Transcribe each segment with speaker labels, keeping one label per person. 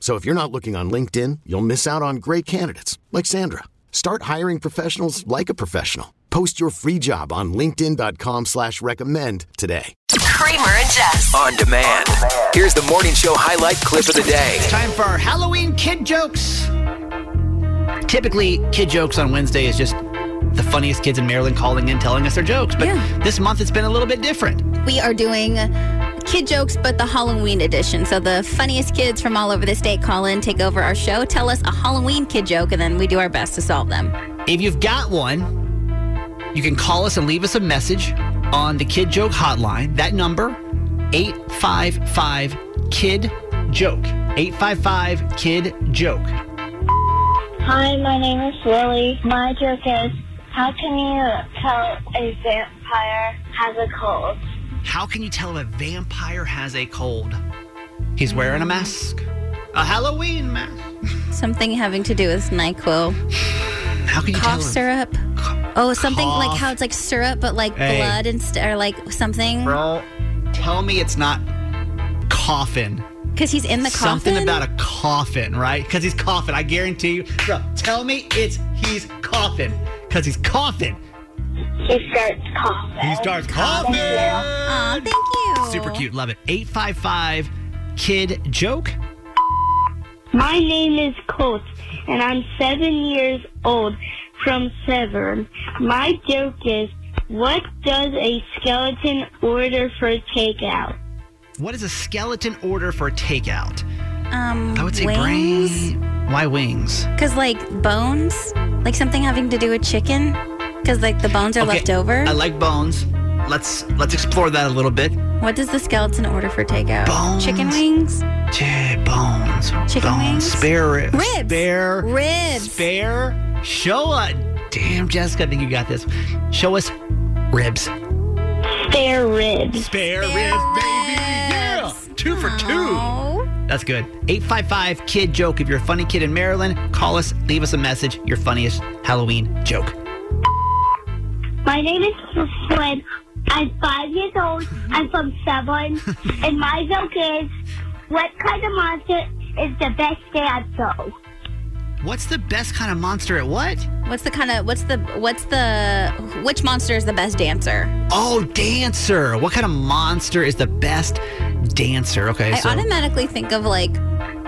Speaker 1: So if you're not looking on LinkedIn, you'll miss out on great candidates like Sandra. Start hiring professionals like a professional. Post your free job on linkedin.com/recommend slash recommend today.
Speaker 2: Kramer and Jess.
Speaker 3: On demand. Here's the morning show highlight clip of the day.
Speaker 4: Time for our Halloween kid jokes. Typically, kid jokes on Wednesday is just the funniest kids in Maryland calling in telling us their jokes. But
Speaker 5: Yeah.
Speaker 4: this month it's been a little bit different.
Speaker 5: We are doing kid jokes, but the Halloween edition. So the funniest kids from all over the state call in, take over our show, tell us a Halloween kid joke, and then we do our best to solve them.
Speaker 4: If you've got one, you can call us and leave us a message on the Kid Joke Hotline. That number, 855 Kid Joke. 855 Kid Joke.
Speaker 6: Hi, my name is Lily. My joke is, how can you tell a vampire has a cold?
Speaker 4: How can you tell if a vampire has a cold? He's wearing a mask, a Halloween mask.
Speaker 5: Something having to do with NyQuil,
Speaker 4: How can you
Speaker 5: cough
Speaker 4: tell? if-
Speaker 5: syrup. Oh, something
Speaker 4: Cough.
Speaker 5: like how it's like syrup, but like
Speaker 4: Hey.
Speaker 5: blood and st- or like something.
Speaker 4: Bro, tell me it's not coffin.
Speaker 5: Because he's in the coffin.
Speaker 4: Something about a coffin, right? Because he's coughing. I guarantee you. Bro, tell me it's he's coughing. Because he's coughing.
Speaker 6: He starts coughing.
Speaker 4: He starts coughing.
Speaker 5: Aw, thank you.
Speaker 4: Super cute. Love it. 855 Kid Joke.
Speaker 6: My name is Colt, and I'm seven years old from Severn. My joke is, what does a skeleton order for takeout?
Speaker 4: What is a skeleton order for takeout?
Speaker 5: Um,
Speaker 4: I would say
Speaker 5: wings.
Speaker 4: brain. Why wings?
Speaker 5: Because like bones, like something having to do with chicken. Because like the bones are
Speaker 4: Okay,
Speaker 5: left over.
Speaker 4: I like bones. Let's let's explore that a little bit.
Speaker 5: What does the skeleton order for takeout?
Speaker 4: Bones.
Speaker 5: Chicken wings?
Speaker 4: Dude, bones.
Speaker 5: Chicken
Speaker 4: bones.
Speaker 5: wings?
Speaker 4: Spare ribs.
Speaker 5: Ribs.
Speaker 4: Spare
Speaker 5: Ribs.
Speaker 4: Spare. Show us. Damn, Jessica, I think you got this. Show us ribs.
Speaker 6: Spare ribs.
Speaker 4: Spare, ribs, baby. Yeah. Two for two.
Speaker 5: Oh.
Speaker 4: That's good. 855 Kid Joke. If you're a funny kid in Maryland, call us, leave us a message, your funniest Halloween joke.
Speaker 6: My name is Flynn. I'm five years old. I'm from Severn. and my joke is, what kind of monster is the best dancer?
Speaker 4: What's the best kind of monster at what?
Speaker 5: What's the kind of what's the what's the which monster is the best dancer?
Speaker 4: Oh, dancer. What kind of monster is the best dancer? Okay,
Speaker 5: I
Speaker 4: so.
Speaker 5: automatically think of like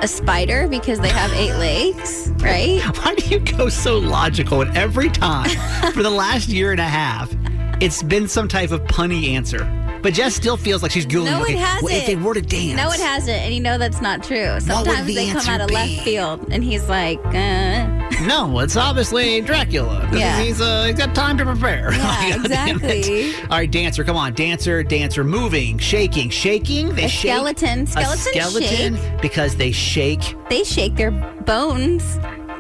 Speaker 5: a spider because they have eight legs, right?
Speaker 4: Why do you go so logical? And every time for the last year and a half, it's been some type of punny answer. But Jess still feels like she's googling.
Speaker 5: No,
Speaker 4: okay,
Speaker 5: it hasn't.
Speaker 4: Well, if they were to dance,
Speaker 5: No, it hasn't, and you know that's not true.
Speaker 4: would
Speaker 5: Sometimes
Speaker 4: the
Speaker 5: they come
Speaker 4: answer
Speaker 5: out of
Speaker 4: be?
Speaker 5: left field, and he's like, uh, yeah,
Speaker 4: No, it's obviously Dracula. 'cause
Speaker 5: Yeah.
Speaker 4: he's, uh, he's got time to prepare. Like, God damn it.
Speaker 5: exactly.
Speaker 4: All right, dancer, come on, dancer, dancer, moving, shaking, shaking. They
Speaker 5: A
Speaker 4: shake.
Speaker 5: skeleton,
Speaker 4: a
Speaker 5: skeleton,
Speaker 4: skeleton because they shake.
Speaker 5: They shake their bones.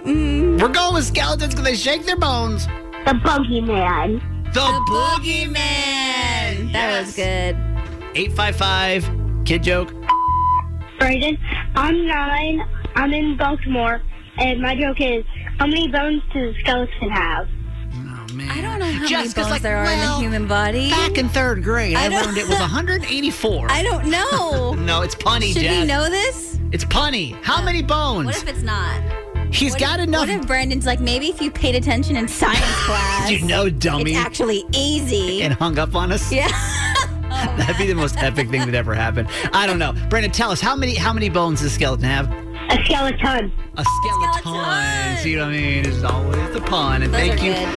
Speaker 5: Mm.
Speaker 4: We're going with skeletons because they shake their bones.
Speaker 6: The buggy man.
Speaker 4: The, boogeyman.
Speaker 5: That was good.
Speaker 4: Eight five five kid joke.
Speaker 6: Brayden, I'm nine. I'm in Baltimore, and my joke is, how many bones does a skeleton have?
Speaker 4: Oh man.
Speaker 5: I don't know how many
Speaker 4: Jessica's
Speaker 5: bones
Speaker 4: like,
Speaker 5: there are
Speaker 4: well,
Speaker 5: in the human body.
Speaker 4: Back in third grade, I,
Speaker 5: I don't-
Speaker 4: learned it was 184.
Speaker 5: I don't know.
Speaker 4: no, it's punny,
Speaker 5: Should
Speaker 4: Jess.
Speaker 5: we know this? Uh,
Speaker 4: It's punny. How many bones?
Speaker 5: What if it's not?
Speaker 4: He's
Speaker 5: What
Speaker 4: got
Speaker 5: if,
Speaker 4: enough.
Speaker 5: What if Brandon's like, maybe if you paid attention in science class,
Speaker 4: you know, dummy,
Speaker 5: it's actually easy.
Speaker 4: and hung up on us.
Speaker 5: yeah.
Speaker 4: That'd be the most epic thing that ever happened. I don't know, Brandon. Tell us how many how many bones does skeleton have?
Speaker 6: A skeleton.
Speaker 4: A skeleton.
Speaker 5: Skeleton.
Speaker 4: See what I mean? It's always the pun. And
Speaker 5: Those
Speaker 4: thank
Speaker 5: are
Speaker 4: you.
Speaker 5: good.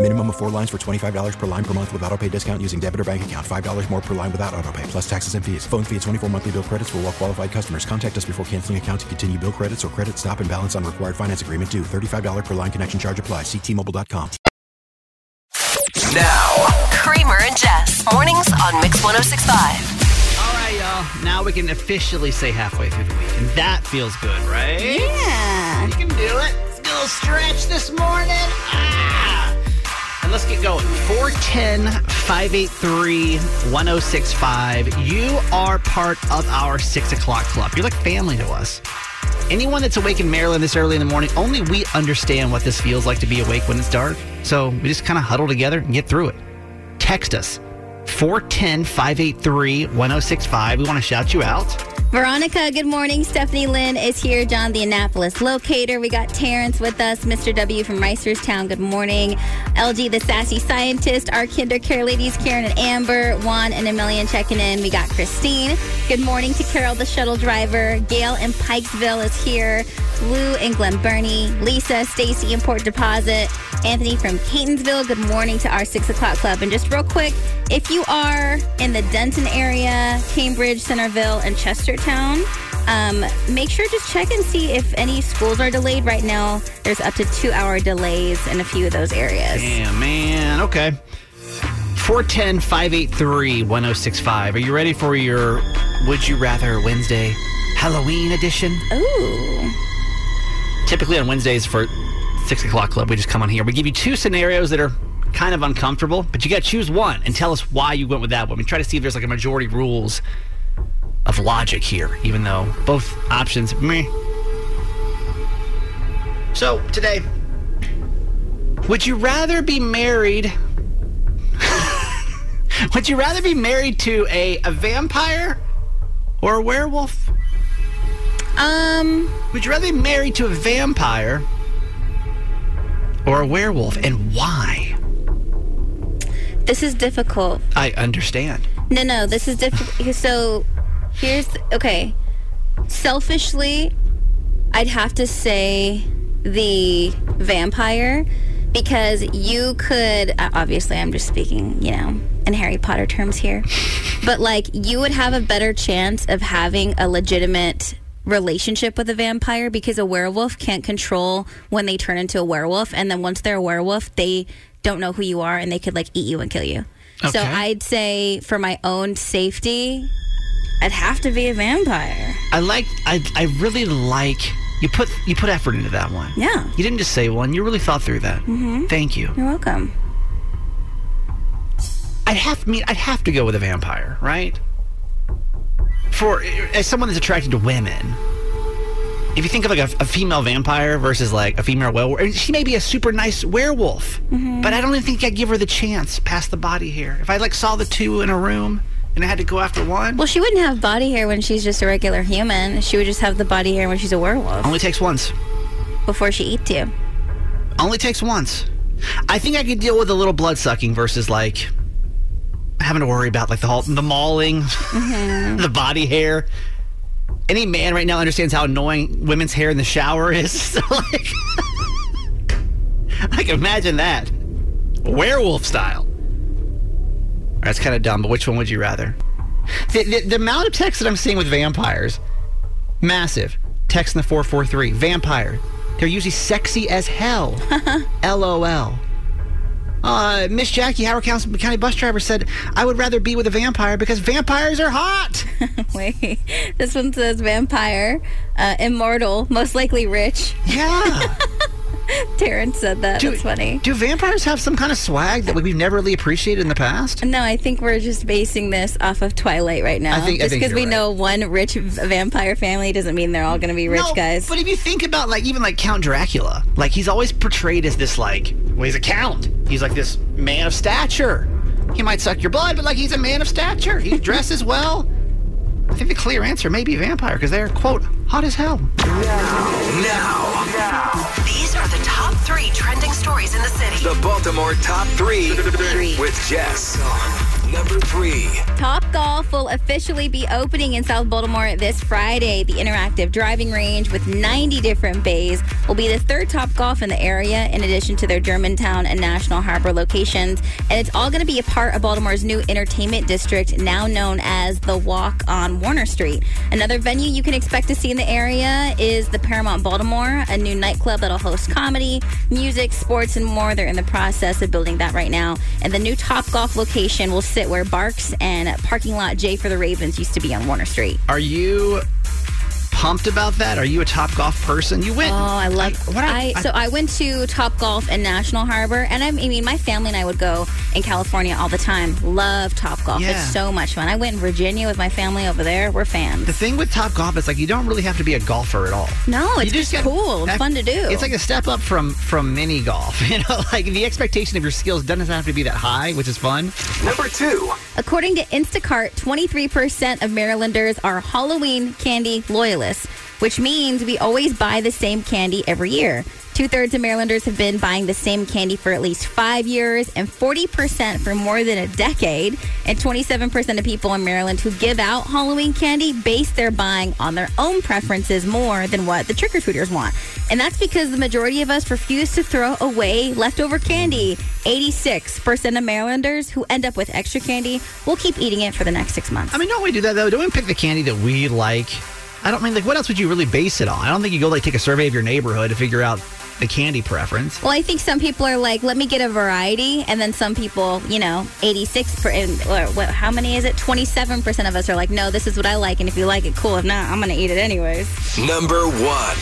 Speaker 7: Minimum of four lines for $25 per line per month with auto pay discount using debit or bank account. $5 more per line without auto pay, plus taxes and fees. Phone fee at 24 monthly bill credits for all well qualified customers. Contact us before canceling account to continue bill credits or credit stop and balance on required finance agreement due. $35 per line connection charge apply. Ctmobile.com.
Speaker 8: Now,
Speaker 2: Kramer and Jess. Mornings on Mix 1065.
Speaker 4: All right, y'all. Now we can officially say halfway through the week. And that feels good, right?
Speaker 5: Yeah.
Speaker 4: You can do it. Let's do a little stretch this morning. Ah! And let's get going. 410 583 1065. You are part of our 6 o'clock club. You're like family to us. Anyone that's awake in Maryland this early in the morning, only we understand what this feels like to be awake when it's dark. So we just kind of huddle together and get through it. Text us 410 583 1065. We want to shout you out.
Speaker 5: Veronica, good morning. Stephanie Lynn is here. John, the Annapolis locator. We got Terrence with us. Mr. W from Ricerstown, good morning. LG, the sassy scientist. Our kinder care ladies, Karen and Amber. Juan and Emilian checking in. We got Christine. Good morning to Carol, the shuttle driver. Gail in Pikesville is here. Lou in Glen Burnie. Lisa, Stacy in Port Deposit. Anthony from Catonsville. Good morning to our 6 o'clock club. And just real quick, if you are in the Denton area, Cambridge, Centerville, and Chestertown, um, make sure to check and see if any schools are delayed right now. There's up to two hour delays in a few of those areas.
Speaker 4: Damn, man. Okay. 410 583 1065. Are you ready for your Would You Rather Wednesday Halloween edition?
Speaker 5: Ooh.
Speaker 4: Typically on Wednesdays for 6 o'clock club, we just come on here. We give you two scenarios that are kind of uncomfortable, but you got to choose one and tell us why you went with that one. We try to see if there's like a majority rules of logic here, even though both options, meh. So today, would you rather be married? would you rather be married to a, a vampire or a werewolf?
Speaker 5: Um,
Speaker 4: Would you rather be married to a vampire or a werewolf, and why?
Speaker 5: this is difficult.
Speaker 4: I understand.
Speaker 5: No, no, this is difficult. so here's okay. Selfishly, I'd have to say the vampire because you could uh, obviously I'm just speaking, you know, in Harry Potter terms here. But like you would have a better chance of having a legitimate relationship with a vampire because a werewolf can't control when they turn into a werewolf and then once they're a werewolf, they don't know who you are and they could like eat you and kill you.
Speaker 4: Okay.
Speaker 5: So I'd say for my own safety, I'd have to be a vampire.
Speaker 4: I like. I I really like you put you put effort into that one.
Speaker 5: Yeah.
Speaker 4: You didn't just say one. You really thought through that. Mm-hmm. Thank you.
Speaker 5: You're welcome.
Speaker 4: I'd have I mean I'd have to go with a vampire, right? For as someone that's attracted to women, if you think of like a, a female vampire versus like a female werewolf, she may be a super nice werewolf,
Speaker 5: Mm-hmm.
Speaker 4: but I don't even think I'd give her the chance past the body hair. If I like saw the two in a room and I had to go after one,
Speaker 5: Well, she wouldn't have body hair when she's just a regular human. She would just have the body hair when she's a werewolf
Speaker 4: only takes once.
Speaker 5: before she eats you.
Speaker 4: Only takes once. I think I could deal with a little blood sucking versus like having to worry about like the whole the mauling,
Speaker 5: Mm-hmm.
Speaker 4: the body hair. Any man right now understands how annoying women's hair in the shower is. So like, I can imagine that werewolf style. That's kind of dumb. But which one would you rather? The, the, the amount of texts that I'm seeing with vampires, massive. Text in the 443. Vampire. They're usually sexy as hell. LOL. Uh, Miss Jackie, Howard Council County bus driver said, I would rather be with a vampire because vampires are hot.
Speaker 5: Wait, this one says vampire, uh, immortal, most likely rich.
Speaker 4: Yeah.
Speaker 5: Terrence said that.
Speaker 4: Do-
Speaker 5: That's funny.
Speaker 4: Do vampires have some kind of swag that we've never really appreciated in the past?
Speaker 5: No, I think we're just basing this off of Twilight right now.
Speaker 4: I think- I
Speaker 5: just
Speaker 4: think
Speaker 5: because
Speaker 4: you're
Speaker 5: we
Speaker 4: right.
Speaker 5: know one rich v- vampire family doesn't mean they're all going to be rich
Speaker 4: No,
Speaker 5: guys.
Speaker 4: But if you think about like even like Count Dracula, like he's always portrayed as this like well, he's a count. He's like this man of stature. He might suck your blood, but like he's a man of stature. He dresses well. I think the clear answer may be vampire because they're quote hot as hell.
Speaker 2: Now, now. These are the top three trending stories in the city.
Speaker 3: The Baltimore Top 3 with Jess. Number 3.
Speaker 5: Top Golf will officially be opening in South Baltimore this Friday. The interactive driving range with 90 different bays will be the third Top Golf in the area, in addition to their Germantown and National Harbor locations. And it's all going to be a part of Baltimore's new entertainment district, now known as the Walk on Warner Street. Another venue you can expect to see in the area is the Paramount Baltimore, a new nightclub that'll host comedy, music, sports, and more. They're in the process of building that right now. And the new Top Golf location will sit where Barks and parking lot J for the Ravens used to be on Warner Street.
Speaker 4: Are you pumped about that? Are you a top golf person? You win.
Speaker 5: Oh, I love. I, so I went to Top Golf in National Harbor, and I, I mean, my family and I would go in California all the time. Love Top Golf.
Speaker 4: Yeah.
Speaker 5: It's so much fun. I went in Virginia with my family over there. We're fans.
Speaker 4: the thing with top golf is like you don't really have to be a golfer at all.
Speaker 5: No, it's
Speaker 4: You
Speaker 5: just,
Speaker 4: just gotta-
Speaker 5: cool. It's
Speaker 4: that-
Speaker 5: fun to do.
Speaker 4: It's like a step up from from mini golf. You know, like the expectation of your skills doesn't have to be that high, which is fun.
Speaker 3: Number two.
Speaker 5: According to Instacart, 23% of Marylanders are Halloween candy loyalists, which means we always buy the same candy every year. Two thirds of Marylanders have been buying the same candy for at least five years, and 40% for more than a decade. And 27% of people in Maryland who give out Halloween candy base their buying on their own preferences more than what the trick or treaters want. And that's because the majority of us refuse to throw away leftover candy. 86% of Marylanders who end up with extra candy will keep eating it for the next six months.
Speaker 4: I mean, don't we do that though? Don't we pick the candy that we like? I don't mean like what else would you really base it on? I don't think you go like take a survey of your neighborhood to figure out the candy preference.
Speaker 5: Well, I think some people are like, let me get a variety. And then some people, you know, 86, per, and- or what, how many is it? 27% of us are like, no, this is what I like. And if you like it, cool. If not, I'm going to eat it anyways.
Speaker 3: Number 1.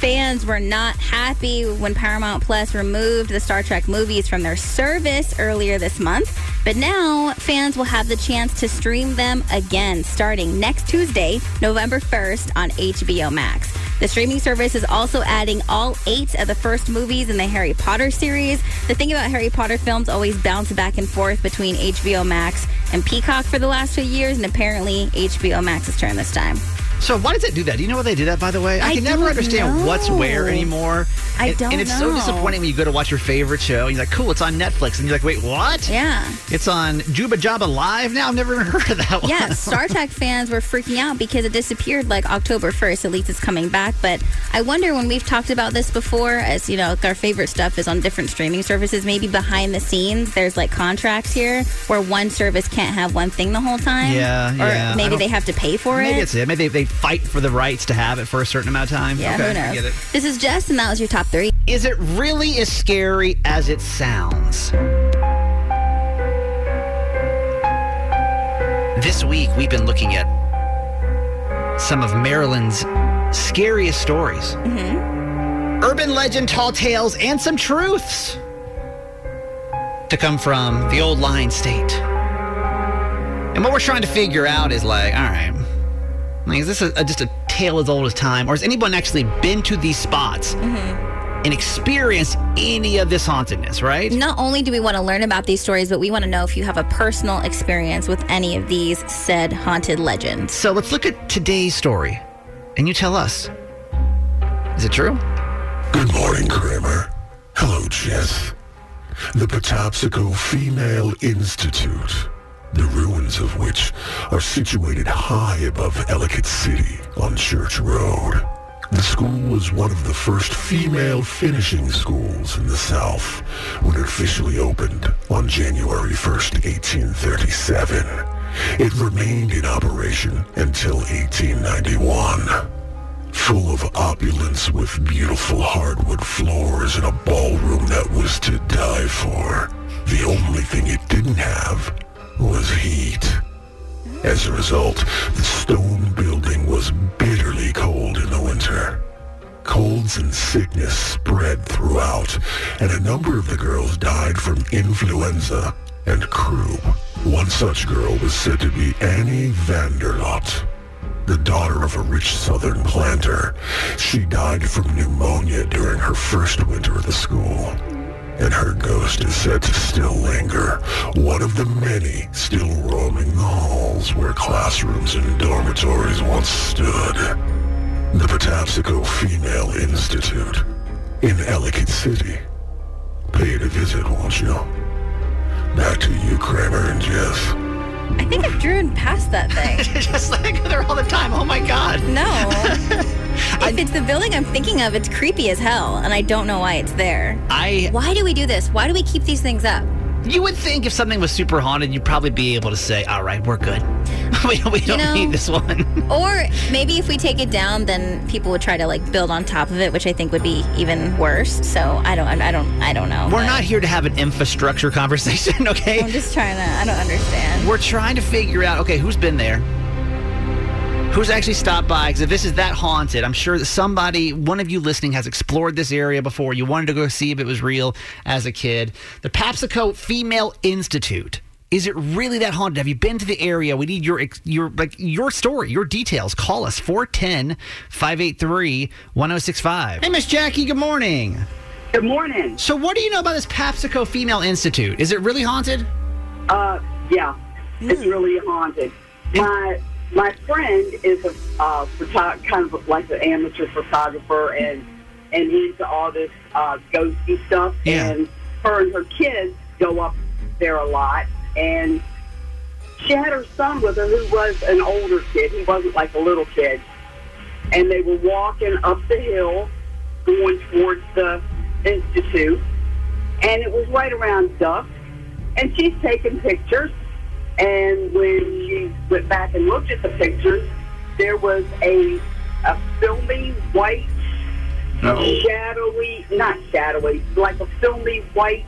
Speaker 5: Fans were not happy when Paramount Plus removed the Star Trek movies from their service earlier this month. But now fans will have the chance to stream them again starting next Tuesday, November 1st on HBO Max. The streaming service is also adding all eight of the first movies in the Harry Potter series. The thing about Harry Potter films always bounce back and forth between HBO Max and Peacock for the last few years, and apparently HBO Max's turn this time.
Speaker 4: So why does it do that? Do you know why they do that? By the way, I,
Speaker 5: I
Speaker 4: can never
Speaker 5: don't
Speaker 4: understand what's where
Speaker 5: know.
Speaker 4: anymore.
Speaker 5: I
Speaker 4: and,
Speaker 5: don't
Speaker 4: And it's so
Speaker 5: know.
Speaker 4: disappointing when you go to watch your favorite show and you're like, "Cool, it's on Netflix," and you're like, "Wait, what?"
Speaker 5: Yeah.
Speaker 4: It's on Juba Jabba Live now. I've never even heard of that one.
Speaker 5: Yeah, Star Trek fans were freaking out because it disappeared like October 1st. At least it's coming back. But I wonder when we've talked about this before, as you know, like, our favorite stuff is on different streaming services. Maybe behind the scenes, there's like contracts here where one service can't have one thing the whole time.
Speaker 4: Yeah,
Speaker 5: Or
Speaker 4: yeah. I
Speaker 5: maybe
Speaker 4: don't-
Speaker 5: they have to pay for
Speaker 4: Maybe
Speaker 5: it.
Speaker 4: it's it. Maybe they, they fight for the rights to have it for a certain amount of time.
Speaker 5: yeah,
Speaker 4: okay,
Speaker 5: who
Speaker 4: I
Speaker 5: knows?
Speaker 4: get it.
Speaker 5: This is Jess, and that was your top three.
Speaker 4: Is it really as scary as it sounds? This week, we've been looking at some of Maryland's scariest stories urban legend, tall tales, and some truths to come from the old line state. And what we're trying to figure out is like, all right, like, is this a, a- just a tale as old as time? Or has anyone actually been to these spots and experienced any of this hauntedness, right?
Speaker 5: Not only do we want to learn about these stories, but we want to know if you have a personal experience with any of these said haunted legends.
Speaker 4: So let's look at today's story, and you tell us. Is it true?
Speaker 9: Good morning, Kramer. Hello, Jess. The Patapsco Female Institute, the ruins of which are situated high above Ellicott City on Church Road. The school was one of the first female finishing schools in the South when it officially opened on January 1st, 1837. It remained in operation until 1891 full of opulence with beautiful hardwood floors and a ballroom that was to die for. The only thing it didn't have was heat. As a result, the stone building was bitterly cold in the winter. Colds and sickness spread throughout, and a number of the girls died from influenza and croup. One such girl was said to be Annie Vanderlot the daughter of a rich southern planter. She died from pneumonia during her first winter at the school. And her ghost is said to still linger, one of the many still roaming the halls where classrooms and dormitories once stood. The Patapsco Female Institute in Ellicott City. Pay it a visit, won't you? Back to you, Kramer and Jess.
Speaker 5: I think I've driven past that thing.
Speaker 4: Just like there all the time. Oh my god.
Speaker 5: No. if it's the building I'm thinking of, it's creepy as hell, and I don't know why it's there.
Speaker 4: I.
Speaker 5: Why do we do this? Why do we keep these things up?
Speaker 4: You would think if something was super haunted, you'd probably be able to say, all right, we're good. we, we don't
Speaker 5: know-
Speaker 4: need this one.
Speaker 5: Or maybe if we take it down, then people would try to like build on top of it, which I think would be even worse. So I don't, I don't, I don't know.
Speaker 4: We're not here to have an infrastructure conversation, okay?
Speaker 5: I'm just trying to. I don't understand.
Speaker 4: We're trying to figure out, okay, who's been there? Who's actually stopped by? Because if this is that haunted, I'm sure that somebody, one of you listening, has explored this area before. You wanted to go see if it was real as a kid. The Papsico Female Institute. Is it really that haunted? Have you been to the area? We need your ex- your like your story, your details. Call us 410-583-1065. Hey, Miss Jackie. Good morning.
Speaker 10: Good morning.
Speaker 4: So, what do you know about this Papsico Female Institute? Is it really haunted?
Speaker 10: Uh, yeah, it's really haunted. My my friend is a uh, photo- kind of like an amateur photographer, and and into all this uh, ghosty stuff.
Speaker 11: Yeah.
Speaker 10: And her and her kids go up there a lot, and she had her son with her, who was an older kid. He wasn't like a little kid, and they were walking up the hill, going towards the institute, and it was right around dusk and she's taking pictures. And when she went back and looked at the pictures, there was a a filmy white, shadowy, not shadowy, like a filmy white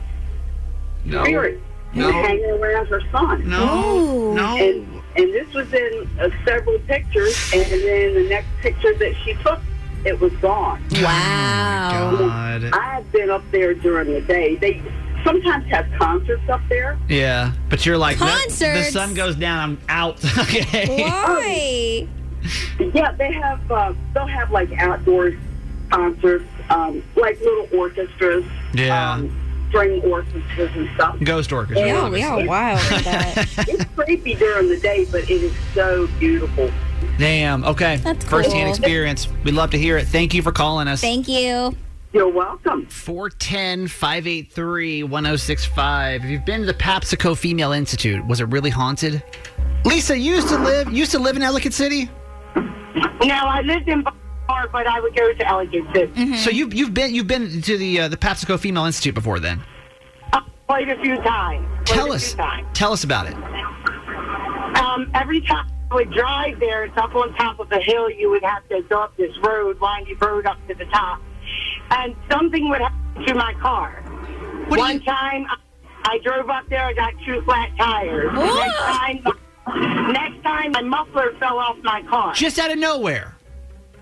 Speaker 12: No.
Speaker 10: spirit
Speaker 12: No.
Speaker 10: hanging around her son.
Speaker 12: No. No.
Speaker 10: And, and this was in uh, several pictures, and then the next picture that she took, it was gone.
Speaker 5: Wow.
Speaker 4: Oh, God.
Speaker 10: I have been up there during the day. They sometimes have concerts up there.
Speaker 4: Yeah, but you're like "No, The,
Speaker 10: Concerts?
Speaker 4: sun goes down. I'm out. okay.
Speaker 5: Why?
Speaker 10: yeah, they have. Uh, they'll have like outdoor concerts, um, like little orchestras,
Speaker 4: Yeah.
Speaker 10: Um, string orchestras and stuff.
Speaker 4: Ghost orchestra.
Speaker 10: And
Speaker 4: obviously.
Speaker 10: it's- it's creepy during the day, but it is so beautiful.
Speaker 4: Damn. Okay.
Speaker 10: That's
Speaker 4: First-hand
Speaker 10: cool.
Speaker 4: experience. We'd love to hear it. Thank you for calling us.
Speaker 5: Thank you.
Speaker 10: You're welcome.
Speaker 4: 410 583 1065. If you've been to the Papsico Female Institute, was it really haunted? Lisa, you used to live used to live in Ellicott City?
Speaker 13: No, I lived in Baltimore, but I would go to Ellicott City.
Speaker 4: Mm-hmm.
Speaker 10: Hmm.
Speaker 4: So you've you've been you've been to the uh, the Papsico Female Institute before then?
Speaker 13: Played a few times. Played
Speaker 4: Tell
Speaker 13: a
Speaker 4: us
Speaker 13: Few times.
Speaker 4: tell us about it.
Speaker 13: Um, every time I would drive there, it's up on top of a hill. You would have to go up this road, windy road up to the top, and something would happen to my car. One time, I, I drove up there. I got two flat tires. The Next time, next time, my muffler fell off my car.
Speaker 4: Just out of nowhere.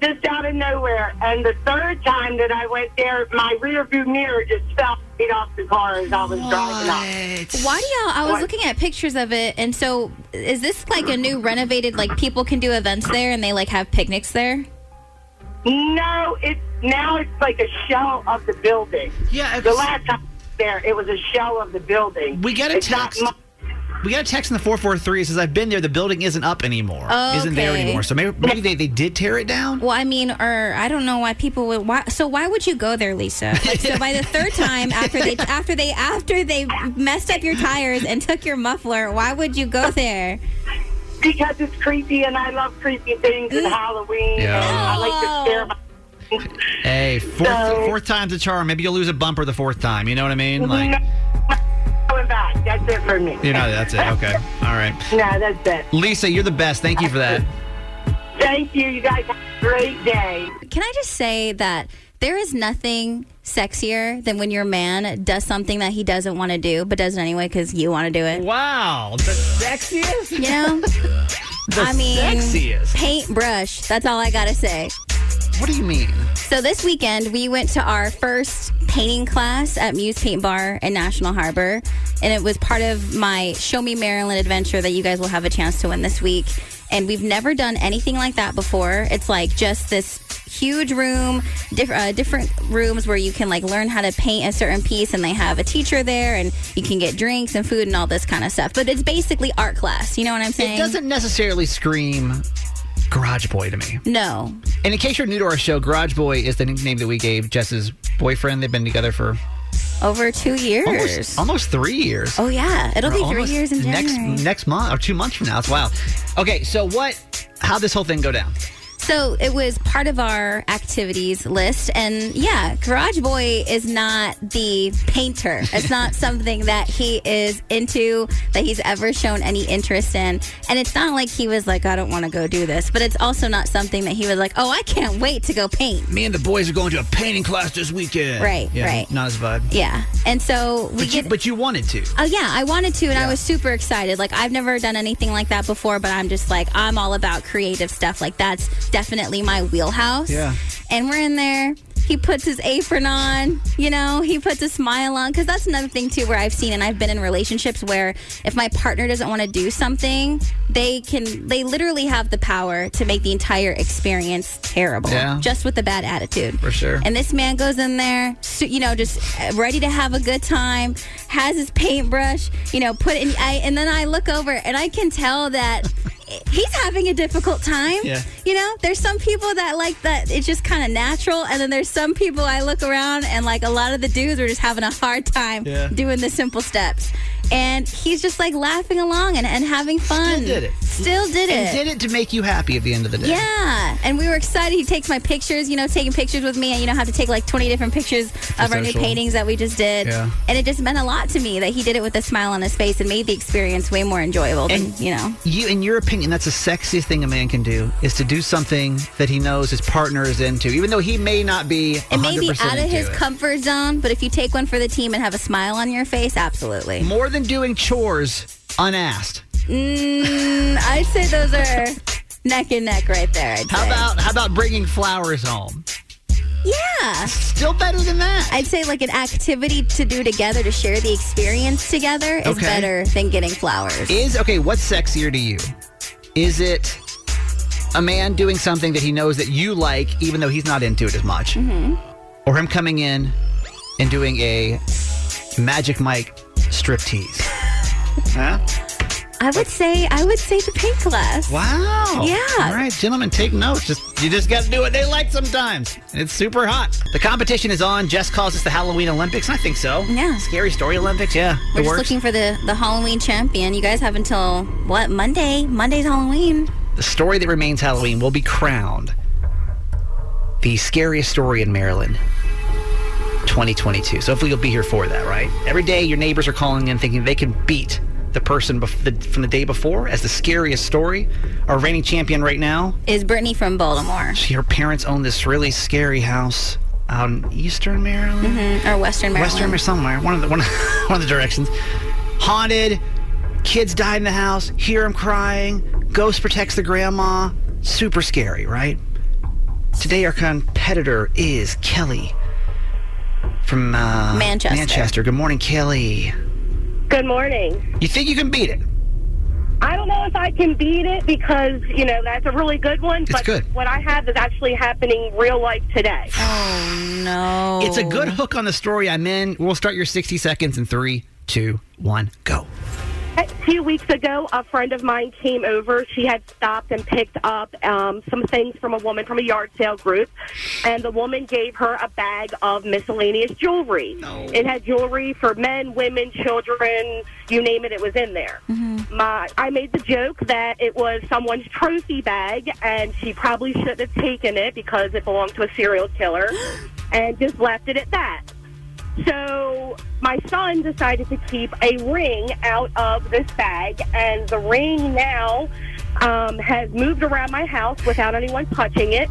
Speaker 13: just out of nowhere. And the third time that I went there, my rear view mirror just fell right off the car as I was driving up.
Speaker 5: Why do y'all? I was looking at pictures of it, and so is this like a new renovated? Like people can do events there, and they like have picnics there.
Speaker 13: No, it's now it's like a shell of the building. Yeah, the last time I was there, it was a shell of the building.
Speaker 4: We got a text. We got a text in the 443. It says, I've been there. The building isn't up anymore. Isn't there
Speaker 5: Okay.
Speaker 4: anymore. So maybe, maybe they, they did tear it down.
Speaker 5: Well, I mean, or I don't know why people would. Why, so why would you go there, Lisa? Like, so by the third time, after they after they after they messed up your tires and took your muffler, why would you go there?
Speaker 13: Because it's creepy, and I love creepy things and Halloween.
Speaker 4: Yeah.
Speaker 13: And I
Speaker 5: Oh.
Speaker 13: like to scare my
Speaker 4: Hey, fourth, fourth time's a charm. Maybe you'll lose a bumper the fourth time. You know what I mean? Like,
Speaker 13: going back. That's it for me.
Speaker 4: you know, that's it. Okay. All right.
Speaker 13: No, that's it.
Speaker 4: Lisa, you're the best. Thank you for that.
Speaker 13: Thank you. You guys have a great day.
Speaker 5: Can I just say that there is nothing sexier than when your man does something that he doesn't want to do, but does it anyway because you want to do it.
Speaker 4: Wow. The sexiest?
Speaker 5: You know?
Speaker 4: The
Speaker 5: I mean,
Speaker 4: sexiest.
Speaker 5: paintbrush. That's all I got to say.
Speaker 4: What do you mean?
Speaker 5: So this weekend we went to our first painting class at Muse Paint Bar in National Harbor, and it was part of my Show Me Maryland adventure that you guys will have a chance to win this week. And we've never done anything like that before. It's like just this huge room, diff- uh, different rooms where you can like learn how to paint a certain piece, and they have a teacher there, and you can get drinks and food and all this kind of stuff. But it's basically art class. You know what I'm saying?
Speaker 4: It doesn't necessarily scream Garage Boy to me.
Speaker 5: No.
Speaker 4: And in case you're new to our show, Garage Boy is the nickname that we gave Jess's boyfriend. They've been together for
Speaker 5: Over two years.
Speaker 4: almost, almost three years.
Speaker 5: Oh yeah, it'll
Speaker 4: Or
Speaker 5: be three
Speaker 4: almost
Speaker 5: years in January.
Speaker 4: next next month or two months from now. It's wild. Okay, so what? How would this whole thing go down?
Speaker 5: So it was part of our activities list. And yeah, Garage Boy is not the painter. It's not something that he is into, that he's ever shown any interest in. And it's not like he was like, I don't want to go do this. But it's also not something that he was like, oh, I can't wait to go paint.
Speaker 4: Me and the boys are going to a painting class this weekend.
Speaker 5: Right,
Speaker 4: Yeah,
Speaker 5: right.
Speaker 4: Not his vibe.
Speaker 5: Yeah. And so we
Speaker 4: But you, but you wanted to.
Speaker 5: Oh yeah, I wanted to, and I was super excited. Like I've never done anything like that before, but I'm just like I'm all about creative stuff. Like that's definitely my wheelhouse.
Speaker 11: Yeah.
Speaker 5: And we're in there. He puts his apron on, you know, he puts a smile on. Cause that's another thing, too, where I've seen and I've been in relationships where if my partner doesn't want to do something, they can, they literally have the power to make the entire experience terrible.
Speaker 11: Yeah.
Speaker 5: Just with a bad attitude.
Speaker 11: For sure.
Speaker 5: And this man goes in there, so, you know, just uh, ready to have a good time, has his paintbrush, you know, put in. I, and then I look over and I can tell that he's having a difficult time.
Speaker 11: Yeah.
Speaker 5: You know, there's some people that like that it's just kind of natural. And then there's some people I look around and like a lot of the dudes are just having a hard time
Speaker 11: Yeah.
Speaker 5: doing the simple steps. And he's just like laughing along and, and having fun.
Speaker 4: Still did it.
Speaker 5: Still did
Speaker 4: And
Speaker 5: it.
Speaker 4: did it to make you happy at the end of the day.
Speaker 5: Yeah, and we were excited. He takes my pictures, you know, taking pictures with me, and you know, have to take like twenty different pictures of our new
Speaker 11: social.
Speaker 5: paintings that we just did.
Speaker 4: Yeah.
Speaker 5: And it just meant a lot to me that he did it with a smile on his face and made the experience way more enjoyable than you know.
Speaker 4: You, in your opinion, that's the sexiest thing a man can do is to do something that he knows his partner is into, even though he may not be. 100%
Speaker 5: It may be out of
Speaker 4: into
Speaker 5: his
Speaker 4: it.
Speaker 5: comfort zone, but if you take one for the team and have a smile on your face, absolutely.
Speaker 4: More than doing chores unasked.
Speaker 5: Mm, I'd say those are neck and neck right there. I'd
Speaker 4: How
Speaker 5: say.
Speaker 4: about how about bringing flowers home?
Speaker 5: Yeah.
Speaker 4: Still better than that.
Speaker 5: I'd say like an activity to do together to share the experience together is
Speaker 4: Okay.
Speaker 5: better than getting flowers.
Speaker 4: Is okay, what's sexier to you? Is it a man doing something that he knows that you like, even though he's not into it as much?
Speaker 5: Mm-hmm.
Speaker 4: Or him coming in and doing a Magic Mike striptease? huh?
Speaker 5: I would say I would say the paint class.
Speaker 4: Wow.
Speaker 5: Yeah.
Speaker 4: All right, gentlemen, take notes. Just you just got to do what they like sometimes. And it's super hot. The competition is on. Jess calls this the Halloween Olympics, and I think so.
Speaker 5: Yeah.
Speaker 4: Scary Story Olympics. Yeah,
Speaker 5: We're
Speaker 4: it
Speaker 5: just
Speaker 4: works.
Speaker 5: looking for the the Halloween champion. You guys have until what Monday? Monday's Halloween.
Speaker 4: the story that remains Halloween will be crowned the scariest story in Maryland 2022. So hopefully you'll be here for that, right? Every day your neighbors are calling in thinking they can beat the person bef- the, from the day before as the scariest story. Our reigning champion right now,
Speaker 5: Is Brittany from Baltimore
Speaker 4: she, her parents own this really scary house out in Eastern Maryland?
Speaker 5: hmm or Western Maryland?
Speaker 4: Western or somewhere, one of the one of, one of the directions. Haunted, kids died in the house. Hear them crying. Ghost protects the grandma. Super scary, right? Today, our competitor is Kelly from uh,
Speaker 5: Manchester.
Speaker 4: Manchester. Good morning, Kelly.
Speaker 11: Good morning.
Speaker 4: You think you can beat it?
Speaker 11: I don't know if I can beat it because, you know, that's a really good one.
Speaker 4: It's
Speaker 11: but
Speaker 4: good.
Speaker 11: what I have is actually happening real life today.
Speaker 5: Oh, no.
Speaker 4: It's a good hook on the story I'm in. We'll start your 60 seconds in three, two, one, go.
Speaker 11: A few weeks ago, a friend of mine came over. She had stopped and picked up um, some things from a woman from a yard sale group, and the woman gave her a bag of miscellaneous jewelry. It had jewelry for men, women, children, you name it, it was in there.
Speaker 5: Mm-hmm.
Speaker 11: My, I made the joke that it was someone's trophy bag, and she probably shouldn't have taken it because it belonged to a serial killer, and just left it at that. So my son decided to keep a ring out of this bag, and the ring now um, has moved around my house without anyone touching it.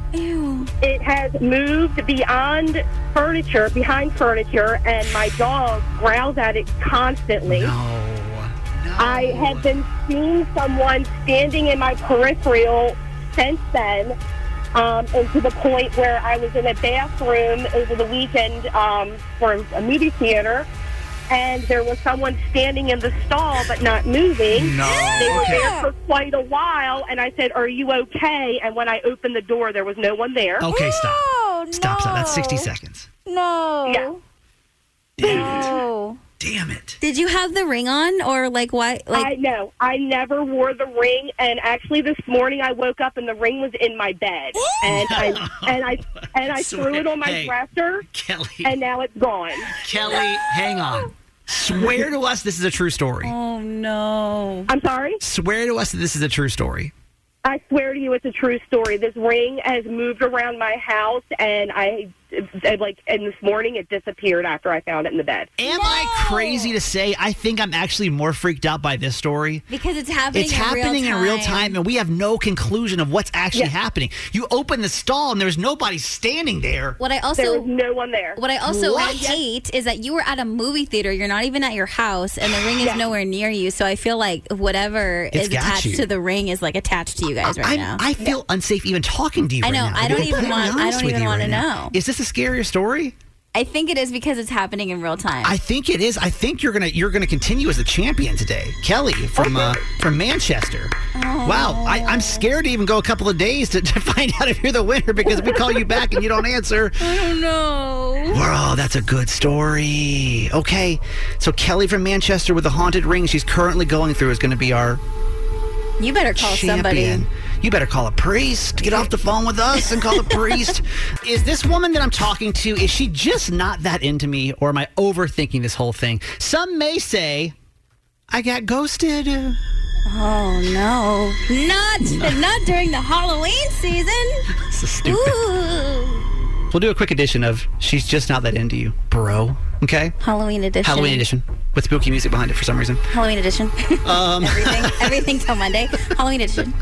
Speaker 11: It has moved beyond furniture, behind furniture, and my dog growls at it constantly. I have been seeing someone standing in my peripheral since then, um, and to the point where I was in a bathroom over the weekend um, for a movie theater, and there was someone standing in the stall but not moving.
Speaker 14: No.
Speaker 11: They were
Speaker 14: Okay.
Speaker 11: there for quite a while, and I said, "Are you okay?" And when I opened the door, there was no one there.
Speaker 4: Okay, stop. Stop, stop. That's 60 seconds.
Speaker 5: No.
Speaker 4: No. Damn it.
Speaker 5: Did you have the ring on or like why? Like
Speaker 11: I know. I never wore the ring, and actually, this morning I woke up and the ring was in my bed, and I and I and I threw it on my
Speaker 4: Hey,
Speaker 11: dresser, and now it's gone.
Speaker 4: Kelly, hang on. Swear to us this is a true story.
Speaker 5: Oh no!
Speaker 11: I'm sorry.
Speaker 4: Swear to us that this is a true story.
Speaker 11: I swear to you, it's a true story. This ring has moved around my house, and I like. And this morning, it disappeared after I found it in the bed.
Speaker 4: Am I crazy to say? I think I'm actually more freaked out by this story.
Speaker 5: because it's happening.
Speaker 4: it's
Speaker 5: in
Speaker 4: happening
Speaker 5: real
Speaker 4: in real time, and we have no conclusion of what's actually happening. You open the stall, and there's nobody standing there.
Speaker 5: What I also
Speaker 11: There was no one there.
Speaker 5: What I also
Speaker 4: What?
Speaker 5: hate is that you were at a movie theater. You're not even at your house, and the ring is nowhere near you. So I feel like whatever
Speaker 4: It's
Speaker 5: is
Speaker 4: got
Speaker 5: attached
Speaker 4: you.
Speaker 5: to the ring is like attached to you guys right
Speaker 4: I'm-
Speaker 5: now.
Speaker 4: I feel unsafe even talking to you.
Speaker 5: I
Speaker 4: right
Speaker 5: know.
Speaker 4: now, to be
Speaker 5: I don't even
Speaker 4: completely
Speaker 5: want- I
Speaker 4: honest
Speaker 5: don't
Speaker 4: with
Speaker 5: even
Speaker 4: you
Speaker 5: wanna
Speaker 4: right now.
Speaker 5: know.
Speaker 4: Is this a scarier story?
Speaker 5: I think it is because it's happening in real time.
Speaker 4: I think it is. I think you're gonna you're gonna continue as a champion today, Kelly from uh, from Manchester. Wow, I, I'm scared to even go a couple of days to, to find out if you're the winner because we call you back and you don't answer.
Speaker 5: I don't know.
Speaker 4: Wow, that's a good story. Okay, so Kelly from Manchester with the haunted ring she's currently going through is going to be our
Speaker 5: You better call somebody.
Speaker 4: champion. You better call a priest. Get off the phone with us and call a priest. is this woman that I'm talking to, is she just not that into me or am I overthinking this whole thing? Some may say, I got ghosted.
Speaker 5: Oh no! Not not during the Halloween season.
Speaker 4: This is stupid.
Speaker 5: Ooh.
Speaker 4: We'll do a quick edition of She's Just Not That Into You, bro. Okay?
Speaker 5: Halloween edition.
Speaker 4: Halloween edition with spooky music behind it for some reason.
Speaker 5: Halloween edition.
Speaker 4: Um.
Speaker 5: everything, everything till Monday. Halloween edition.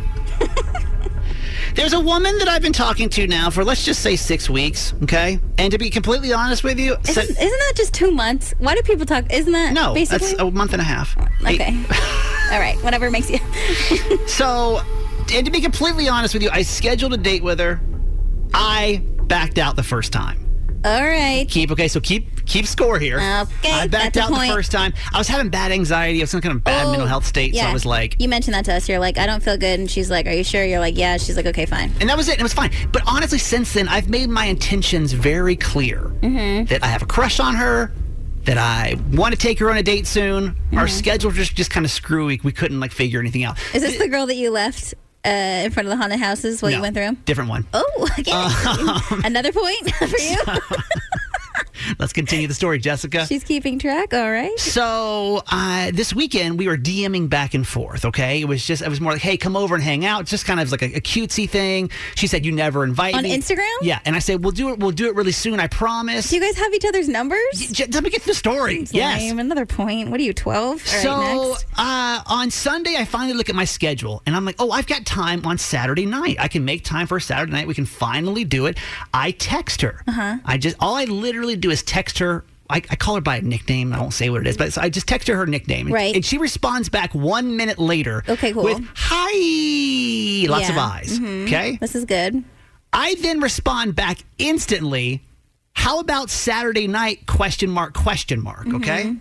Speaker 4: There's a woman that I've been talking to now for let's just say six weeks, okay? And to be completely honest with you,
Speaker 5: Isn't,
Speaker 4: se-
Speaker 5: isn't that just two months? Why do people talk? Isn't that
Speaker 4: no,
Speaker 5: Basically,
Speaker 4: that's a month and a half.
Speaker 5: okay. All right, whatever makes you.
Speaker 4: So, and to be completely honest with you, I scheduled a date with her. I backed out the first time.
Speaker 5: All right.
Speaker 4: Keep okay, so keep keep score here.
Speaker 5: Okay,
Speaker 4: I backed
Speaker 5: that's a
Speaker 4: out the
Speaker 5: point.
Speaker 4: first time. I was having bad anxiety. I was in some kind of bad
Speaker 5: Oh,
Speaker 4: mental health state. So I
Speaker 5: yeah.
Speaker 4: was like,
Speaker 5: You mentioned that to us. You're like, I don't feel good, and she's like, Are you sure? You're like, Yeah. She's like, Okay, fine.
Speaker 4: and that was it. It was fine. But honestly, since then, I've made my intentions very clear.
Speaker 5: Mm-hmm.
Speaker 4: that I have a crush on her, that I want to take her on a date soon.
Speaker 5: Mm-hmm.
Speaker 4: Our schedule just just kind of screwy. We couldn't like figure anything out.
Speaker 5: Is this the girl that you left uh, in front of the haunted houses while you
Speaker 4: No. Um.
Speaker 5: went through 'em?
Speaker 4: Different one.
Speaker 5: Oh, okay. Another point for you.
Speaker 4: Let's continue the story, Jessica.
Speaker 5: She's keeping track. All right.
Speaker 4: So uh, this weekend we were DMing back and forth. Okay, it was just it was more like, hey, come over and hang out. It's just kind of like a, a cutesy thing. She said you never invite
Speaker 5: On
Speaker 4: me
Speaker 5: Instagram?
Speaker 4: Yeah, and I said we'll do it. We'll do it really soon. I promise.
Speaker 5: Do you guys have each other's numbers?
Speaker 4: let me get to the story.
Speaker 5: Seems
Speaker 4: Yes.
Speaker 5: lame. Another point. What are you, 12?
Speaker 4: so uh, on Sunday, I finally look at my schedule and I'm like, oh, I've got time on Saturday night. I can make time for Saturday night. We can finally do it. I text her. Uh-huh. I just, all I literally do is text her. I, I call her by a nickname. I won't say what it is, but so I just text her her nickname. and-
Speaker 5: Right.
Speaker 4: And she responds back one minute later.
Speaker 5: Okay, cool.
Speaker 4: With hi, lots of
Speaker 5: Yeah.
Speaker 4: eyes.
Speaker 5: Mhm.
Speaker 4: Okay.
Speaker 5: This is good.
Speaker 4: I then respond back instantly. How about Saturday night? Question mark? Question mark?
Speaker 5: Mm-hmm.
Speaker 4: Okay.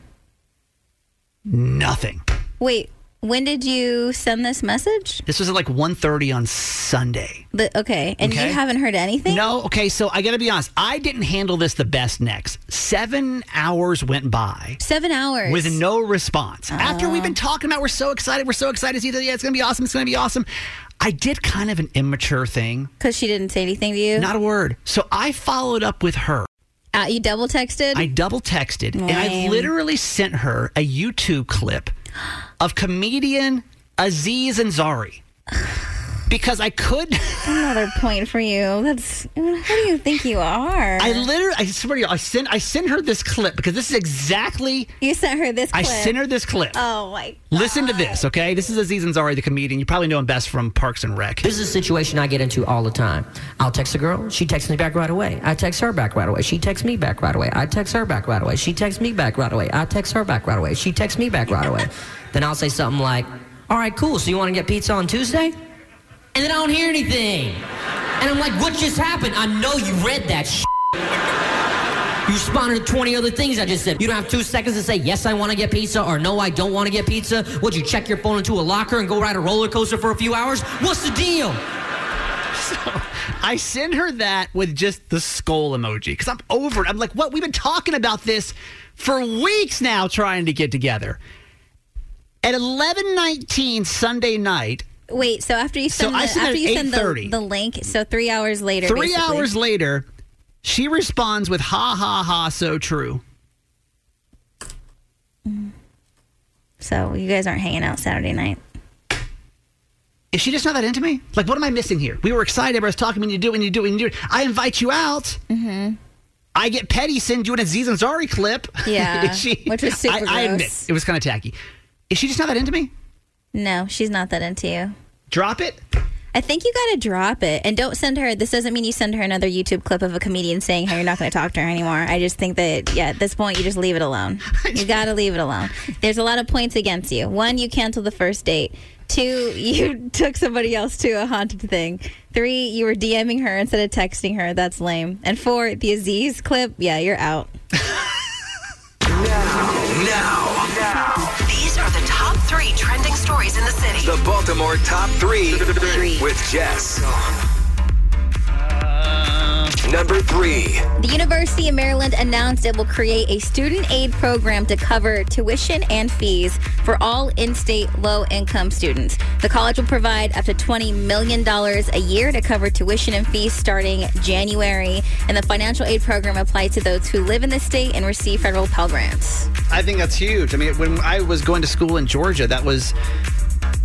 Speaker 4: Nothing.
Speaker 5: Wait, when did you send this message?
Speaker 4: This was at like 1.30 on Sunday.
Speaker 5: But, okay, and
Speaker 4: Okay.
Speaker 5: you haven't heard anything?
Speaker 4: No, okay, so I gotta be honest. I didn't handle this the best next. Seven hours went by
Speaker 5: Seven hours.
Speaker 4: with no response. After we've been
Speaker 5: Ah.
Speaker 4: talking about we're so excited, we're so excited to see that yeah, it's gonna be awesome, it's gonna be awesome. I did kind of an immature thing.
Speaker 5: Because she didn't say anything to you?
Speaker 4: Not a word. So I followed up with her.
Speaker 5: Uh, you double texted?
Speaker 4: I double texted and I
Speaker 5: Lame.
Speaker 4: literally sent her a YouTube clip of comedian Aziz Ansari. Because I could
Speaker 5: Another point for you. That's who do you think you are?
Speaker 4: I literally, I swear to you, I sent I sent her this clip because this is exactly.
Speaker 5: You sent her this.
Speaker 4: I
Speaker 5: clip.
Speaker 4: sent her this clip.
Speaker 5: Oh my!
Speaker 4: Listen to this, okay? This is Aziz Ansari, the comedian. You probably know him best from Parks and Rec.
Speaker 14: This is a situation I get into all the time. I'll text a girl, she texts me back right away. I text her back right away. She texts me back right away. I text her back right away. She texts me back right away. I text her back right away. She texts me back right away. then I'll say something like, "All right, cool. So you want to get pizza on Tuesday?" And then I don't hear anything. And I'm like, "What just happened? I know you read that." Shit. You responded to 20 other things I just said. You don't have two seconds to say, yes, I want to get pizza, or no, I don't want to get pizza. Would you check your phone into a locker and go ride a roller coaster for a few hours? What's the deal?
Speaker 4: I send her that with just the skull emoji because I'm over it. I'm like, what? We've been talking about this for weeks now, trying to get together. At 11:19 Sunday night,
Speaker 5: Wait. So after you
Speaker 4: So
Speaker 5: send,
Speaker 4: I
Speaker 5: the,
Speaker 4: sent her
Speaker 5: after you send the,
Speaker 4: 8:30.
Speaker 5: the link, so three hours later.
Speaker 4: three
Speaker 5: basically.
Speaker 4: hours later, she responds with "Ha ha ha, so true."
Speaker 5: So you guys aren't hanging out Saturday night.
Speaker 4: Is she just not that into me? Like, what am I missing here? We were excited. I was talking. When you do, it, when you do, it, when you do. it. I invite you out. Mm-hmm. I get petty. Send you an Aziz Ansari clip.
Speaker 5: Yeah,
Speaker 4: Is
Speaker 5: which was super
Speaker 4: I, I admit
Speaker 5: gross.
Speaker 4: it was kind of tacky. Is she just not that into me?
Speaker 5: No, she's not that into you.
Speaker 4: Drop it.
Speaker 5: I think you gotta drop it and don't send her. This doesn't mean you send her another YouTube clip of a comedian saying how you're not gonna talk to her anymore. I just think that, yeah, at this point, you just leave it alone. You gotta leave it alone. There's a lot of points against you. One, you canceled the first date. Two, you took somebody else to a haunted thing. Three, you were DMing her instead of texting her. That's lame. And four, the Aziz clip. Yeah, you're out.
Speaker 2: Now, now. These are the top three trending stories in the city.
Speaker 3: The Baltimore Top 3 with Jess. Number 3.
Speaker 5: The University of Maryland announced it will create a student aid program to cover tuition and fees for all in state low income students. The college will provide up to $20 million a year to cover tuition and fees starting January. And the financial aid program applies to those who live in the state and receive federal Pell Grants.
Speaker 4: I think that's huge. I mean, when I was going to school in Georgia, that was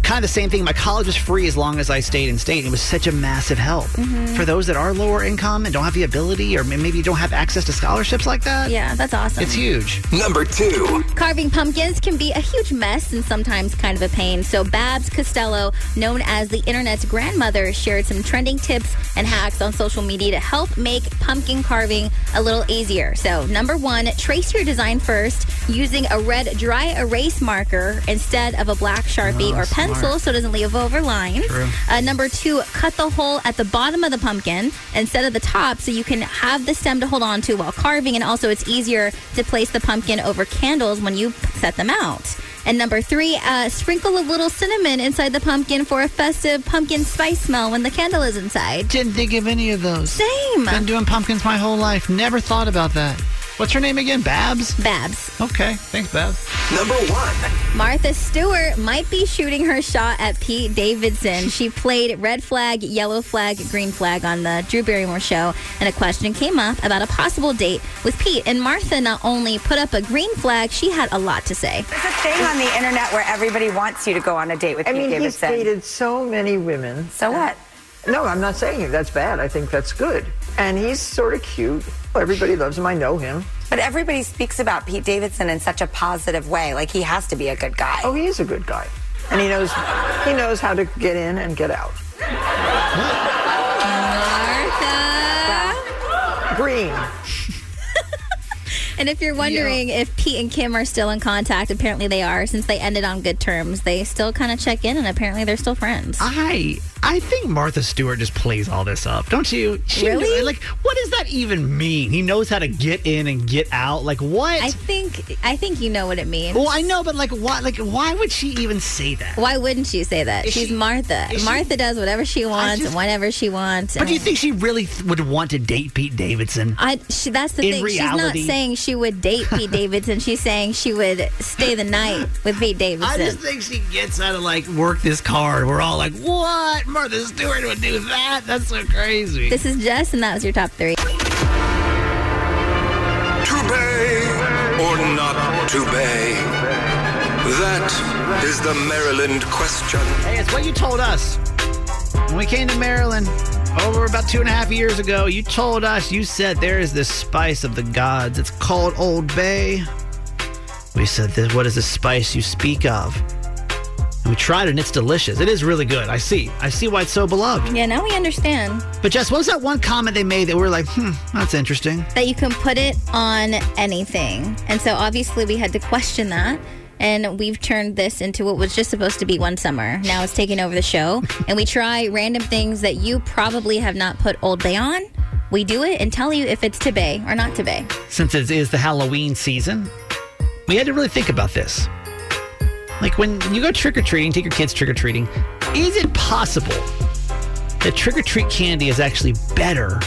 Speaker 4: kind of the same thing. My college was free as long as I stayed in state. It was such a massive help
Speaker 5: Mhm.
Speaker 4: for those that are lower income and don't have the ability, or maybe don't have access to scholarships like that.
Speaker 5: Yeah, that's awesome.
Speaker 4: It's huge.
Speaker 3: Number 2.
Speaker 5: Carving pumpkins can be a huge mess and sometimes kind of a pain. So, Babs Costello, known as the internet's grandmother, shared some trending tips and hacks on social media to help make pumpkin carving a little easier. So, number one, trace your design first using a red dry erase marker instead of a black sharpie
Speaker 15: Oh,
Speaker 5: or
Speaker 15: smart.
Speaker 5: pencil so it doesn't leave over lines.
Speaker 15: True.
Speaker 5: Uh, number two, cut the hole at the bottom of the pumpkin instead of the top so you can have the stem to hold on to while carving. And also, it's easier to place the pumpkin over candles when you set them out. And number three, uh, sprinkle a little cinnamon inside the pumpkin for a festive pumpkin spice smell when the candle is inside.
Speaker 4: Didn't think of any of those.
Speaker 5: Same.
Speaker 4: Been doing pumpkins my whole life. Never thought about that. What's her name again? Babs?
Speaker 5: Babs.
Speaker 4: Okay. Thanks, Babs.
Speaker 3: Number 1.
Speaker 5: Martha Stewart might be shooting her shot at Pete Davidson. She played red flag, yellow flag, green flag on the Drew Barrymore show, and a question came up about a possible date with Pete. And Martha not only put up a green flag, she had a lot to say.
Speaker 16: There's a thing on the internet where everybody wants you to go on a date with
Speaker 17: I
Speaker 16: Pete
Speaker 17: mean, he's
Speaker 16: Davidson.
Speaker 17: dated so many women. So what? No, I'm not saying that's bad. I think that's good. And he's sort of cute. Everybody loves him. I know him.
Speaker 16: But everybody speaks about Pete Davidson in such a positive way. Like he has to be a good guy.
Speaker 17: Oh, he is a good guy. And he knows he knows how to get in and get out.
Speaker 5: Martha.
Speaker 17: Green.
Speaker 5: And if you're wondering if Pete and Kim are still in contact, apparently they are since they ended on good terms. They still kind of check in, and apparently they're still friends.
Speaker 4: I I think Martha Stewart just plays all this up, don't you?
Speaker 5: Really?
Speaker 4: knew- like, what does that even mean? He knows how to get in and get out. Like, what?
Speaker 5: I think I think you know what it means.
Speaker 4: well, I know, but like, why? Like, why would she even say that?
Speaker 5: Why wouldn't you say that?
Speaker 4: Is
Speaker 5: She's
Speaker 4: she-
Speaker 5: Martha.
Speaker 4: is she-
Speaker 5: Martha does whatever she wants and whenever she wants.
Speaker 4: But do you
Speaker 5: and-
Speaker 4: think she really th- would want to date Pete Davidson?
Speaker 5: I, she, that's the
Speaker 4: In
Speaker 5: thing.
Speaker 4: reality-
Speaker 5: she's not saying she would date Pete Davidson. She's saying she would stay the night with Pete
Speaker 4: I
Speaker 5: Davidson.
Speaker 4: just think she gets out of like work this card. We're all like, what? Martha Stewart would do that? That's so crazy.
Speaker 5: this is Jess, and that was your top three.
Speaker 3: To bay or not to bay? That is the Maryland question.
Speaker 4: Hey, it's what you told us when we came to Maryland over about two and a half years ago. You told us, you said there is this spice of the gods. It's called Old Bay. We said, "This- What is the spice you speak of? And we tried it and it's delicious. It is really good. I see. I see why it's so beloved.
Speaker 5: Yeah, now we understand
Speaker 4: But Jess, what was that one comment they made that we were like, hmm, that's interesting?
Speaker 5: that you can put it on anything. And so obviously we had to question that. And we've turned this into what was just supposed to be one summer. Now it's taking over the show. And we try random things that you probably have not put Old Bay on. We do it and tell you if it's to Bay or not to Bay.
Speaker 4: since it is the Halloween season, we had to really think about this. Like when you go trick or treating, take your kids trick or treating, is it possible that trick or treat candy is actually better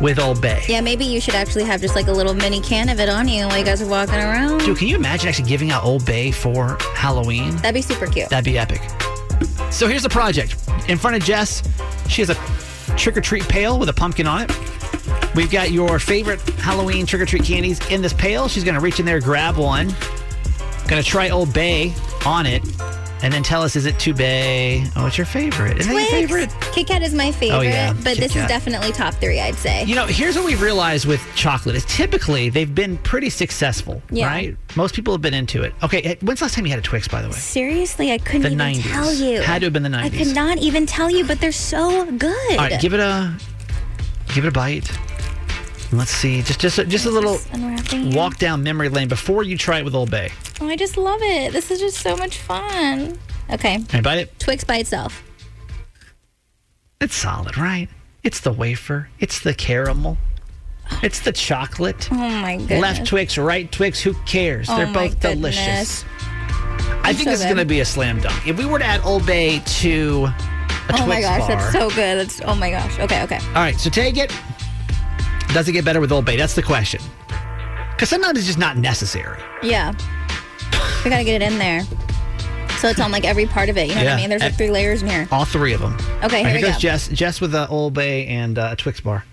Speaker 4: with Old Bay?
Speaker 5: Yeah, maybe you should actually have just like a little mini can of it on you while you guys are walking around.
Speaker 4: Dude, can you imagine actually giving out Old Bay for Halloween?
Speaker 5: That'd be super cute.
Speaker 4: That'd be epic. So here's the project. In front of Jess, she has a trick or treat pail with a pumpkin on it. We've got your favorite Halloween trick or treat candies in this pail. She's going to reach in there, grab one, going to try Old Bay on it, and then tell us is it too Bay? Oh, it's your favorite. Isn't it your
Speaker 5: Twix.
Speaker 4: favorite?
Speaker 5: Kit Kat is my favorite,
Speaker 4: Oh, yeah.
Speaker 5: but
Speaker 4: Kit
Speaker 5: this
Speaker 4: Kat.
Speaker 5: is definitely top three, I'd say.
Speaker 4: You know, here's what we've realized with chocolate is typically they've been pretty successful,
Speaker 5: Yeah.
Speaker 4: right? Most people have been into it. Okay, eh, when's the last time you had a Twix, by the way?
Speaker 5: Seriously, I couldn't
Speaker 4: The
Speaker 5: even
Speaker 4: 90s.
Speaker 5: tell you.
Speaker 4: Had to have been the
Speaker 5: I
Speaker 4: 90s.
Speaker 5: could not even tell you, but they're so good.
Speaker 4: All right, give it a give it a bite. Let's see, just just a, just a little
Speaker 5: Unwrapping.
Speaker 4: walk down memory lane before you try it with Old Bay.
Speaker 5: Oh, I just love it. This is just so much fun. Okay.
Speaker 4: Can I bite it?
Speaker 5: Twix by itself.
Speaker 4: It's solid, right? It's the wafer. It's the caramel. It's the chocolate.
Speaker 5: Oh my goodness.
Speaker 4: Left Twix, right Twix. Who cares?
Speaker 5: Oh
Speaker 4: They're
Speaker 5: my
Speaker 4: both delicious.
Speaker 5: goodness.
Speaker 4: I think
Speaker 5: so
Speaker 4: this is
Speaker 5: good.
Speaker 4: going to be a slam dunk. If we were to add Old Bay to a Twix
Speaker 5: Oh my gosh,
Speaker 4: bar-
Speaker 5: that's so good. That's oh my gosh. Okay, okay.
Speaker 4: All right, so take it. Does it get better with Old Bay? That's the question. Because sometimes it's just not necessary.
Speaker 5: Yeah. We gotta get it in there. So it's on like every part of it. You know what
Speaker 4: Yeah. Eh.
Speaker 5: I mean? There's like three layers in here.
Speaker 4: All three of them.
Speaker 5: Okay,
Speaker 4: All
Speaker 5: here
Speaker 4: right,
Speaker 5: we
Speaker 4: goes
Speaker 5: go.
Speaker 4: Jess. Jess with the Old Bay and uh, a Twix bar.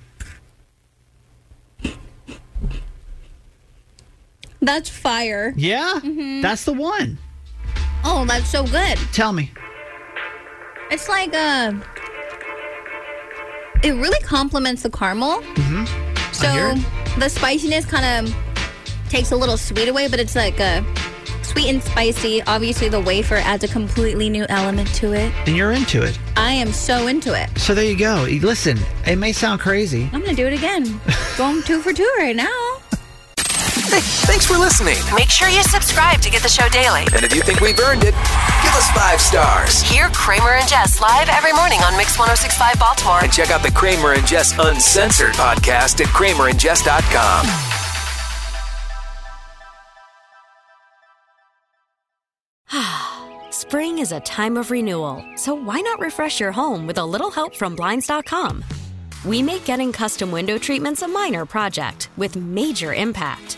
Speaker 5: That's fire. Mm-hmm.
Speaker 4: Yeah,
Speaker 5: Mm.
Speaker 4: that's the one.
Speaker 5: Oh, that's so good.
Speaker 4: Tell me.
Speaker 5: It's like uh it really complements the caramel.
Speaker 4: Mm-hmm.
Speaker 5: So the spiciness kind of takes a little sweet away, but it's like a sweet and spicy. Obviously, the wafer adds a completely new element to it.
Speaker 4: and you're into it.
Speaker 5: I am so into it.
Speaker 4: So there you go. You- Listen, it may sound crazy.
Speaker 5: I'm gonna do it again. Going two for two right now.
Speaker 3: Thanks for listening.
Speaker 2: Make sure you subscribe to get the show daily.
Speaker 3: And if you think we've earned it, give us five stars.
Speaker 2: Hear Kramer and Jess live every morning on Mix 1065 Baltimore.
Speaker 3: And check out the Kramer and Jess Uncensored podcast at kramerandjess.com.
Speaker 15: Spring is a time of renewal, so why not refresh your home with a little help from Blinds.com? We make getting custom window treatments a minor project with major impact.